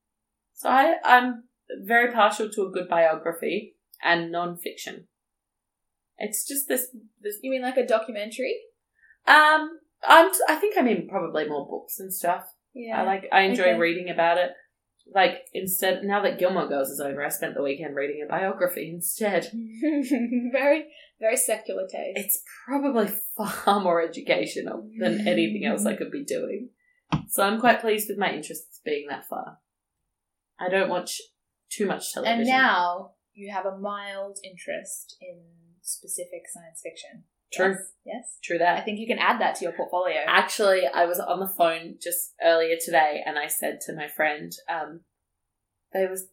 Speaker 1: So I, I'm very partial to a good biography and nonfiction. It's just this, this,
Speaker 2: You mean like a documentary?
Speaker 1: um, I'm, t- I think I mean probably more books and stuff.
Speaker 2: Yeah.
Speaker 1: I like, I enjoy
Speaker 2: Okay.
Speaker 1: reading about it. Like, instead, now that Gilmore Girls is over, I spent the weekend reading a biography instead.
Speaker 2: very, very secular taste.
Speaker 1: it's probably far more educational than anything else I could be doing. So I'm quite pleased with my interests being that far. I don't watch too much television.
Speaker 2: and now you have a mild interest in specific science fiction.
Speaker 1: True.
Speaker 2: Yes? Yes.
Speaker 1: True
Speaker 2: I
Speaker 1: that.
Speaker 2: think you can add that to your portfolio.
Speaker 1: Actually, I was on the phone just earlier today and I said to my friend, um, they was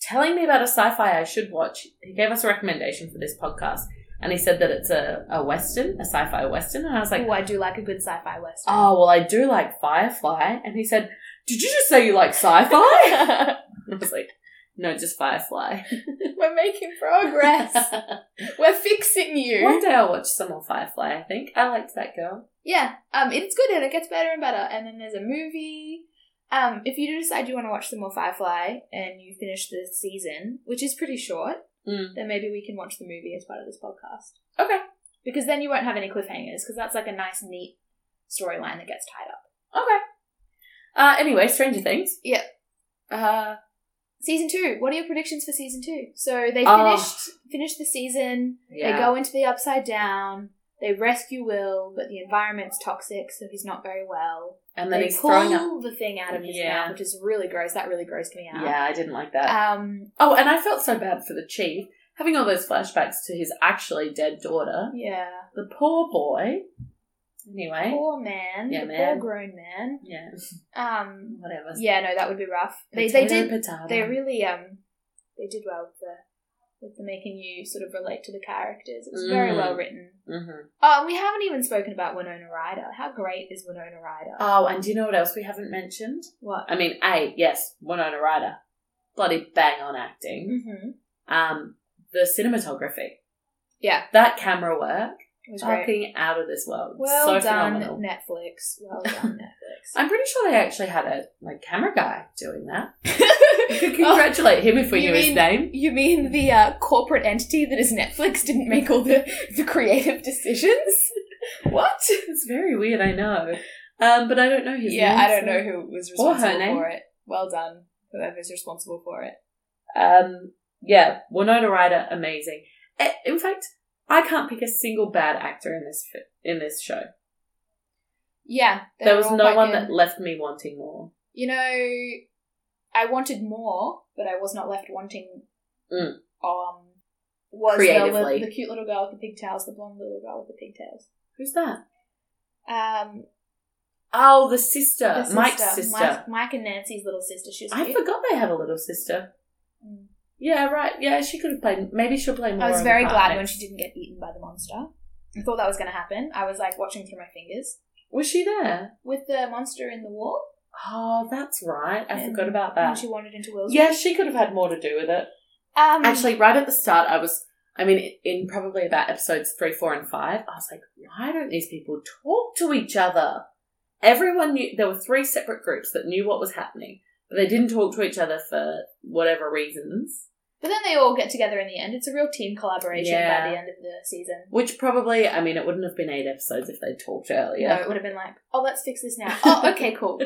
Speaker 1: telling me about a sci-fi I should watch. He gave us a recommendation for this podcast and he said that it's a, a Western, a sci-fi Western. And I was like,
Speaker 2: oh, I do like a good sci-fi western.
Speaker 1: oh well i do like firefly and he said did you just say you like sci-fi i was like no just firefly
Speaker 2: We're making progress. We're fixing you.
Speaker 1: one day i'll watch some more firefly i think i liked that girl
Speaker 2: Yeah, um, it's good and it gets better and better. And then there's a movie. Um, if you do decide you want to watch some more Firefly and you finish the season, which is pretty short,
Speaker 1: Mm.
Speaker 2: then maybe we can watch the movie as part of this podcast.
Speaker 1: okay
Speaker 2: Because then you won't have any cliffhangers, because that's like a nice, neat storyline that gets tied up.
Speaker 1: okay uh anyway stranger things
Speaker 2: Yeah.
Speaker 1: uh
Speaker 2: Season two. What are your predictions for season two? So they
Speaker 1: Oh.
Speaker 2: finished finished the season.
Speaker 1: yeah
Speaker 2: They go into the upside down. They rescue Will, but the environment's toxic, so he's not very well.
Speaker 1: and then
Speaker 2: they
Speaker 1: he's
Speaker 2: pull
Speaker 1: throwing up
Speaker 2: the thing out of his
Speaker 1: Yeah.
Speaker 2: mouth, which is really gross. That really grossed me out.
Speaker 1: yeah i didn't like that
Speaker 2: Um.
Speaker 1: oh and i felt so bad for the chief having all those flashbacks to his actually dead daughter
Speaker 2: Yeah.
Speaker 1: the poor boy anyway
Speaker 2: Poor man.
Speaker 1: Yeah,
Speaker 2: the
Speaker 1: man.
Speaker 2: Poor grown man.
Speaker 1: yeah
Speaker 2: Um.
Speaker 1: whatever
Speaker 2: Yeah. No, that would be rough. They they
Speaker 1: Potato,
Speaker 2: did.
Speaker 1: potato.
Speaker 2: They really um. They did well with the with the making you sort of relate to the characters. It was very
Speaker 1: Mm.
Speaker 2: well written.
Speaker 1: Mhm.
Speaker 2: Oh, and we haven't even spoken about Winona Ryder. How great is Winona Ryder?
Speaker 1: Oh, and do you know what else we haven't mentioned?
Speaker 2: what?
Speaker 1: I mean, A, yes, Winona Ryder. Bloody bang on acting.
Speaker 2: Mm-hmm.
Speaker 1: Um, the cinematography.
Speaker 2: Yeah.
Speaker 1: That camera work,
Speaker 2: It was great.
Speaker 1: fucking out of this world.
Speaker 2: Well
Speaker 1: so
Speaker 2: done,
Speaker 1: phenomenal.
Speaker 2: Netflix. Well done, Netflix.
Speaker 1: I'm pretty sure they actually had a like camera guy doing that. We could
Speaker 2: Oh,
Speaker 1: congratulate him if we
Speaker 2: you
Speaker 1: knew his
Speaker 2: mean-
Speaker 1: name.
Speaker 2: You mean the uh, corporate entity that is Netflix didn't make all the, the creative decisions? What?
Speaker 1: It's very weird, I know. Um, but I don't know his
Speaker 2: yeah,
Speaker 1: name.
Speaker 2: I don't know who was
Speaker 1: Or her
Speaker 2: responsible
Speaker 1: name.
Speaker 2: for it. Well done, whoever's responsible for it.
Speaker 1: Um, yeah, Winona Ryder, amazing. Eh, In fact, I can't pick a single bad actor in this fi- in this show.
Speaker 2: Yeah, they
Speaker 1: there
Speaker 2: were
Speaker 1: was
Speaker 2: all
Speaker 1: no
Speaker 2: quite
Speaker 1: one
Speaker 2: good.
Speaker 1: that left me wanting more.
Speaker 2: You know, I wanted more, but I was not left wanting.
Speaker 1: Mm.
Speaker 2: Um, was the,
Speaker 1: Creatively.
Speaker 2: li- the cute little girl with the pigtails, the blonde little girl with the pigtails?
Speaker 1: Who's that?
Speaker 2: Um,
Speaker 1: Oh, the sister,
Speaker 2: the
Speaker 1: Mike's sister.
Speaker 2: Mike, Mike and Nancy's little sister. She was
Speaker 1: I
Speaker 2: cute.
Speaker 1: forgot they had a little sister.
Speaker 2: Mm.
Speaker 1: Yeah, right. Yeah, she could have played. Maybe she'll play more.
Speaker 2: I was
Speaker 1: of a
Speaker 2: very
Speaker 1: part
Speaker 2: glad
Speaker 1: next-
Speaker 2: when she didn't get eaten by the monster. I thought that was going to happen. I was like watching through my fingers
Speaker 1: was she there.
Speaker 2: with the monster in the wall.
Speaker 1: Oh, that's right. I forgot about
Speaker 2: when
Speaker 1: that.
Speaker 2: she wandered into Will's
Speaker 1: Uh. Yeah, she could have had more to do with it.
Speaker 2: Um,
Speaker 1: Actually, right at the start, I was, I mean, in probably about episodes three, four, and five, I was like, why don't these people talk to each other? Everyone knew, there were three separate groups that knew what was happening, but they didn't talk to each other for whatever reasons.
Speaker 2: but then they all get together in the end. It's a real team collaboration
Speaker 1: Yeah.
Speaker 2: by the end of the season.
Speaker 1: Which probably, I mean, it wouldn't have been eight episodes if they talked earlier.
Speaker 2: No, it would have been like, oh, let's fix this now. oh, okay, cool.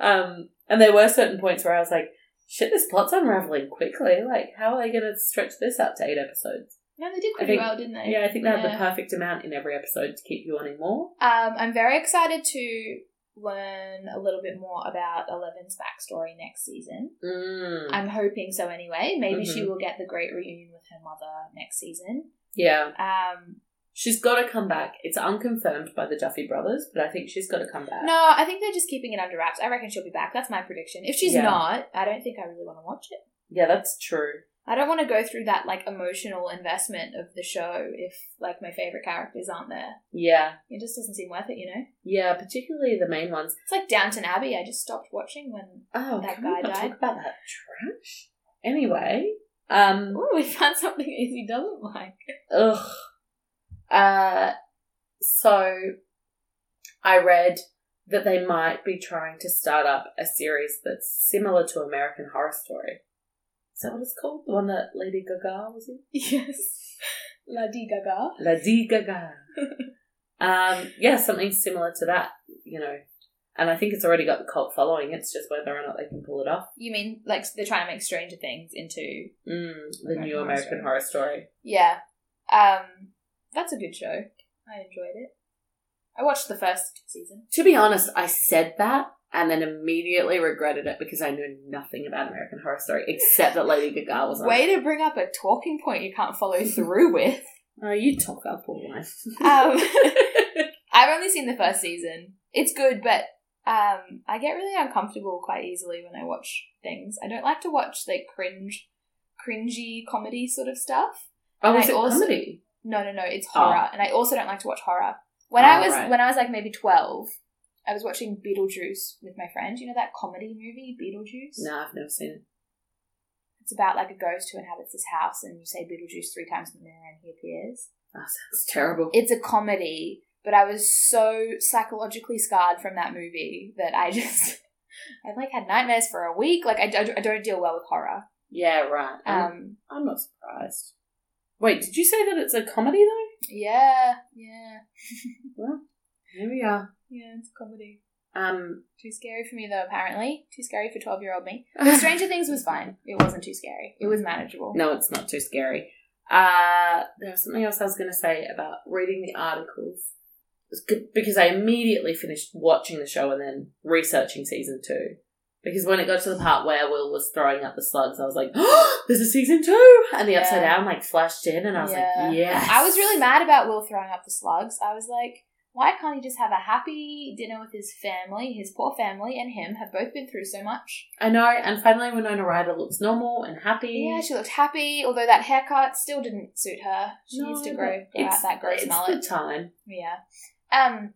Speaker 1: um, and there were certain points where I was like, shit, this plot's unraveling quickly. Like, how are they going to stretch this out to eight episodes?
Speaker 2: No, they did
Speaker 1: I
Speaker 2: pretty
Speaker 1: think-
Speaker 2: well, didn't they?
Speaker 1: Yeah, I think they had the
Speaker 2: Yeah.
Speaker 1: perfect amount in every episode to keep you wanting more.
Speaker 2: Um, I'm very excited to learn a little bit more about Eleven's backstory next season.
Speaker 1: Mm.
Speaker 2: I'm hoping so anyway. Maybe she
Speaker 1: Mhm.
Speaker 2: will get the great reunion with her mother next season.
Speaker 1: Yeah.
Speaker 2: Um,
Speaker 1: She's got to come back. It's unconfirmed by the Duffy brothers, but I think she's got to come back.
Speaker 2: no, I think they're just keeping it under wraps. I reckon she'll be back. That's my prediction. If she's
Speaker 1: Yeah.
Speaker 2: not, I don't think I really want to watch it.
Speaker 1: Yeah, that's true.
Speaker 2: I don't want to go through that like emotional investment of the show if like my favorite characters aren't there.
Speaker 1: Yeah.
Speaker 2: It just doesn't seem worth it, you know.
Speaker 1: Yeah, particularly the main ones.
Speaker 2: It's like Downton Abbey. I just stopped watching when.
Speaker 1: Oh,
Speaker 2: That
Speaker 1: can we
Speaker 2: guy
Speaker 1: not
Speaker 2: died.
Speaker 1: talk about that trash? Anyway, um,
Speaker 2: Oh, we found something Izzy doesn't like.
Speaker 1: Ugh. Uh, so I read that they might be trying to start up a series that's similar to American Horror Story. Is that what it's called? The one that Lady Gaga was in?
Speaker 2: Yes. Lady Gaga.
Speaker 1: Lady Gaga. um, yeah, something similar to that, you know. And I think it's already got the cult following. It's just whether or not they can pull it off.
Speaker 2: You mean like they're trying to make Stranger Things into?
Speaker 1: Mm, the
Speaker 2: American
Speaker 1: new
Speaker 2: Horror
Speaker 1: American
Speaker 2: Story.
Speaker 1: Horror Story.
Speaker 2: Yeah. Um, that's a good show. I enjoyed it. I watched the first season.
Speaker 1: To be honest, I said that and then immediately regretted it because I knew nothing about American Horror Story except that Lady Gaga was on. it.
Speaker 2: Way to bring up a talking point you can't follow through with.
Speaker 1: Oh, you talk up all night.
Speaker 2: Um, I've only seen the first season. It's good, but um, I get really uncomfortable quite easily when I watch things. I don't like to watch like cringe, cringy comedy sort of stuff.
Speaker 1: oh, was
Speaker 2: I
Speaker 1: it
Speaker 2: also-
Speaker 1: comedy?
Speaker 2: No, no, no. It's
Speaker 1: Oh.
Speaker 2: horror, and I also don't like to watch horror. When
Speaker 1: Oh,
Speaker 2: I was
Speaker 1: right.
Speaker 2: when I was like maybe twelve, I was watching Beetlejuice with my friend. You know that comedy movie Beetlejuice?
Speaker 1: No, I've never seen it.
Speaker 2: It's about like a ghost who inhabits this house, and you say Beetlejuice three times in the mirror, and he appears.
Speaker 1: Oh, That sounds terrible.
Speaker 2: It's a comedy, but I was so psychologically scarred from that movie that I just I like had nightmares for a week. Like I, don't- I don't deal well with horror.
Speaker 1: yeah, right. I'm,
Speaker 2: Um,
Speaker 1: I'm not surprised. Wait, did you say that it's a comedy though?
Speaker 2: yeah, yeah,
Speaker 1: Here we are.
Speaker 2: yeah. It's a comedy.
Speaker 1: Um,
Speaker 2: Too scary for me though, apparently. Too scary for 12 year old me. But Stranger Things was fine. It wasn't too scary. It was manageable.
Speaker 1: No, it's not too scary. Uh, there was something else I was going to say about reading the articles. It's good because I immediately finished watching the show and then researching season two. Because when it got to the part where Will was throwing up the slugs, I was like, oh, there's a season two! And the upside
Speaker 2: Yeah.
Speaker 1: down like flashed in and I was
Speaker 2: Yeah.
Speaker 1: like, yes.
Speaker 2: I was really mad about Will throwing up the slugs. I was like, why can't he just have a happy dinner with his family? His poor family and him have both been through so much.
Speaker 1: I know, and finally Winona Ryder looks normal and happy.
Speaker 2: Yeah, she looked happy, although that haircut still didn't suit her. She
Speaker 1: No,
Speaker 2: needs to
Speaker 1: but
Speaker 2: grow, grow out
Speaker 1: it's-
Speaker 2: that gross
Speaker 1: it's
Speaker 2: mullet.
Speaker 1: the time.
Speaker 2: Yeah. Um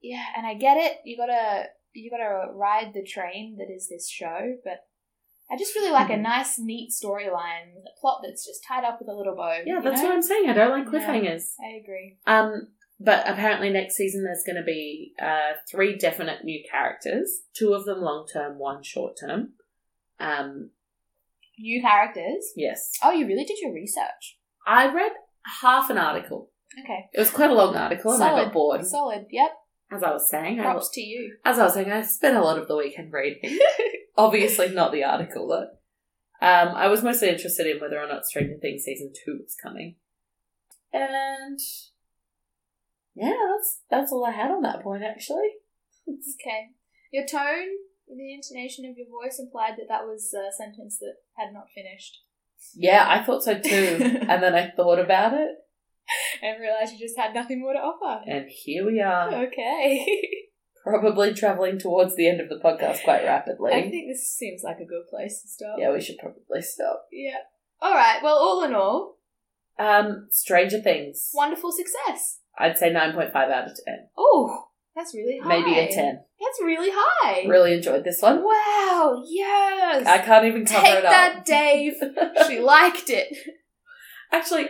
Speaker 2: yeah, and I get it. You got to you got to ride the train that is this show, but I just really like a
Speaker 1: Mhm.
Speaker 2: nice neat storyline, with a plot that's just tied up with a little bow.
Speaker 1: Yeah,
Speaker 2: you
Speaker 1: that's
Speaker 2: know?
Speaker 1: what I'm saying. I don't like
Speaker 2: Yeah.
Speaker 1: cliffhangers.
Speaker 2: I agree.
Speaker 1: Um, but apparently next season there's going to be uh, three definite new characters. Two of them long term, one short term. Um,
Speaker 2: New characters.
Speaker 1: yes,
Speaker 2: Oh, you really did your research.
Speaker 1: I read half an article.
Speaker 2: Okay.
Speaker 1: It was quite a long article, and I
Speaker 2: Solid.
Speaker 1: got bored.
Speaker 2: Solid. Yep.
Speaker 1: As I was saying, I,
Speaker 2: Props to you.
Speaker 1: as I was saying, I spent a lot of the weekend reading. Obviously, not the article though. Um, I was mostly interested in whether or not Stranger Things season two was coming, and yeah, that's that's all I had on that point actually.
Speaker 2: Okay. Your tone, the intonation of your voice implied that that was a sentence that had not finished.
Speaker 1: Yeah, I thought so too. and then I thought about it,
Speaker 2: And realized you just had nothing more to offer.
Speaker 1: and here we are,
Speaker 2: Okay.
Speaker 1: probably traveling towards the end of the podcast quite rapidly.
Speaker 2: I think this seems like a good place to stop.
Speaker 1: yeah, we should probably stop.
Speaker 2: Yeah. All right. Well, all in all,
Speaker 1: Um, Stranger Things.
Speaker 2: wonderful success.
Speaker 1: I'd say 9.5 out of 10.
Speaker 2: Oh, That's really high.
Speaker 1: Maybe a 10.
Speaker 2: That's really high.
Speaker 1: Really enjoyed this one.
Speaker 2: Wow, yes.
Speaker 1: I can't even cover
Speaker 2: Take
Speaker 1: it
Speaker 2: that,
Speaker 1: up.
Speaker 2: Dave. she liked it.
Speaker 1: Actually,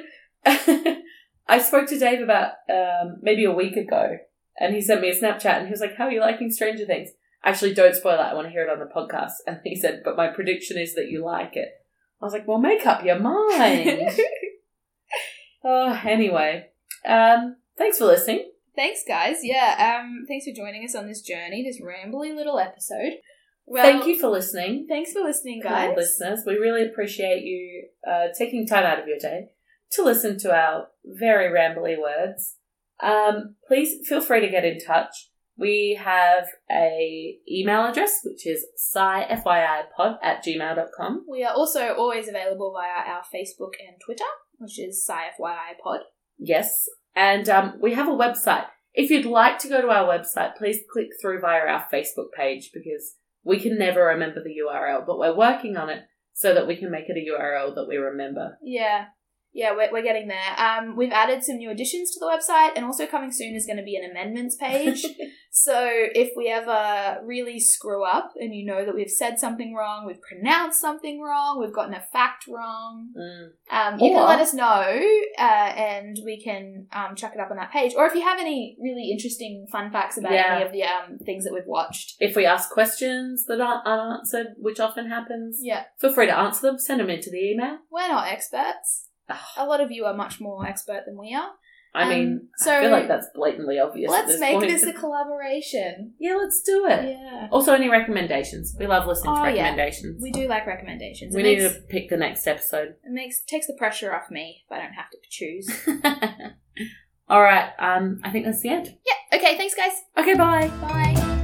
Speaker 1: I spoke to Dave about um, maybe a week ago, and he sent me a Snapchat, and he was like, "How are you liking Stranger Things?" Actually, don't spoil it. I want to hear it on the podcast. And he said, "But my prediction is that you like it." I was like, "Well, make up your mind." oh, anyway, um, thanks for listening.
Speaker 2: Thanks, guys. Yeah, um, thanks for joining us on this journey, this rambly little episode. Well,
Speaker 1: Thank you for listening,
Speaker 2: Thanks for listening,
Speaker 1: kind
Speaker 2: guys.
Speaker 1: listeners. We really appreciate you uh, taking time out of your day to listen to our very rambly words. Um, please feel free to get in touch. We have a email address, which is scifyipod at gmail.com.
Speaker 2: We are also always available via our Facebook and Twitter, which is SciFYI Pod.
Speaker 1: Yes. And um, we have a website. If you'd like to go to our website, please click through via our Facebook page because we can never remember the URL, but we're working on it so that we can make it a URL that we remember.
Speaker 2: Yeah. Yeah, we're, we're getting there. Um, we've added some new additions to the website, and also coming soon is going to be an amendments page. so if we ever really screw up and you know that we've said something wrong, we've pronounced something wrong, we've gotten a fact wrong,
Speaker 1: Mm.
Speaker 2: um, you can
Speaker 1: Or-
Speaker 2: let us know uh, and we can um, chuck it up on that page. Or if you have any really interesting fun facts about
Speaker 1: Yeah.
Speaker 2: any of the um, things that we've watched.
Speaker 1: If we ask questions that aren't unanswered, which often happens,
Speaker 2: Yeah,
Speaker 1: feel free to answer them. Send them into the email.
Speaker 2: we're not experts.
Speaker 1: Ugh.
Speaker 2: A lot of you are much more expert than we are.
Speaker 1: Ah. I
Speaker 2: Um,
Speaker 1: mean, I
Speaker 2: so-
Speaker 1: feel like that's blatantly obvious. at
Speaker 2: Let's
Speaker 1: this
Speaker 2: make
Speaker 1: point.
Speaker 2: this a collaboration.
Speaker 1: yeah. Let's do it.
Speaker 2: Yeah.
Speaker 1: Also, any recommendations? We love listening to
Speaker 2: Oh, yeah.
Speaker 1: recommendations.
Speaker 2: We do like recommendations.
Speaker 1: We
Speaker 2: It,
Speaker 1: need
Speaker 2: makes,
Speaker 1: to pick the next episode.
Speaker 2: it makes takes the pressure off me if I don't have to choose.
Speaker 1: All right. Um, I think that's the end.
Speaker 2: yeah. Okay, thanks guys.
Speaker 1: Okay. Bye.
Speaker 2: Bye.